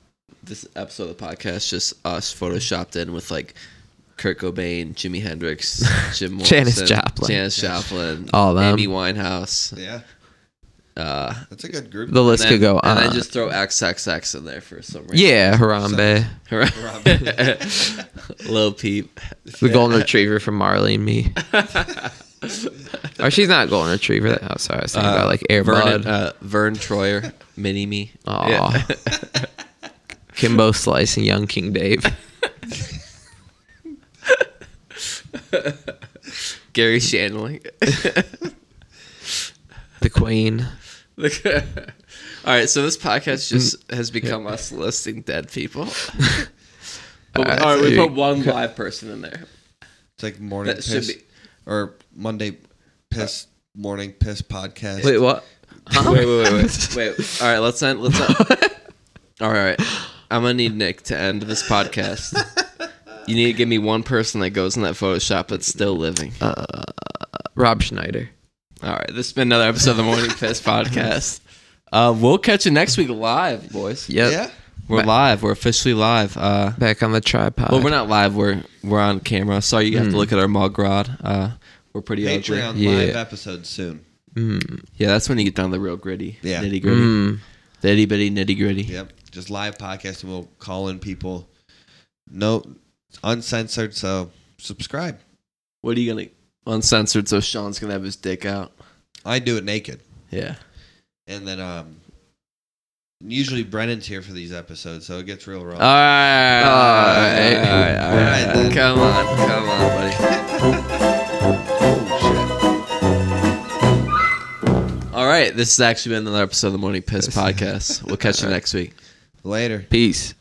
this episode of the podcast just us photoshopped in with like Kurt Cobain, Jimi Hendrix, Jim Morrison,
Janis Joplin.
Janis Joplin,
All them.
Amy Winehouse.
Yeah.
Uh,
That's a good group.
The list could go uh,
and
on.
then just throw XXX in there for some reason.
yeah, Harambe.
Lil Peep.
The golden retriever from Marley and me. or she's not golden retriever. Oh, sorry. I was thinking about like Air
Vernon,
Bud.
uh, Vern Troyer, Mini Me.
Aw. Kimbo Slice and Young King Dave.
Gary Shandling.
The Queen.
Look- All right, so this
Mm.
podcast just has become us listing dead people. But-
All right,
all right, we
so you-
put one live person in there.
It's like morning
That should
piss
be.
or Monday piss morning piss podcast.
Wait, what?
Wait, wait, wait, wait, Uh-huh. wait. All right, let's end. Let's. End. All right, I'm gonna need Nick to end this podcast. You need to give me one person that goes in that Photoshop that's still living.
Rob Schneider.
All right, this has been another episode of the Morning Piss podcast. Uh, we'll catch you next week live, boys.
Yep.
Yeah.
We're live. We're officially live. Uh,
Back on the tripod.
well, we're not live. We're we're on camera. Sorry, you have to look at our mug rod. Uh, we're pretty
Patreon
ugly.
live
Yeah.
episode soon.
Mm,
Yeah, that's when you get down to the real gritty,
Yeah.
nitty gritty,
Hmm.
the itty bitty nitty gritty.
Yep. Just live podcast and we'll call in people. No uncensored, so subscribe.
What are you gonna uncensored? So Sean's gonna have his dick out.
I do it naked.
Yeah.
And then um usually Brennan's here for these episodes, so it gets real raw.
All right.
All right, all right, all right.
All right, then.
Come on, come on, buddy. Oh, All right, this has actually been another episode of the Morning Piss podcast. We'll catch you next week.
Later.
Peace.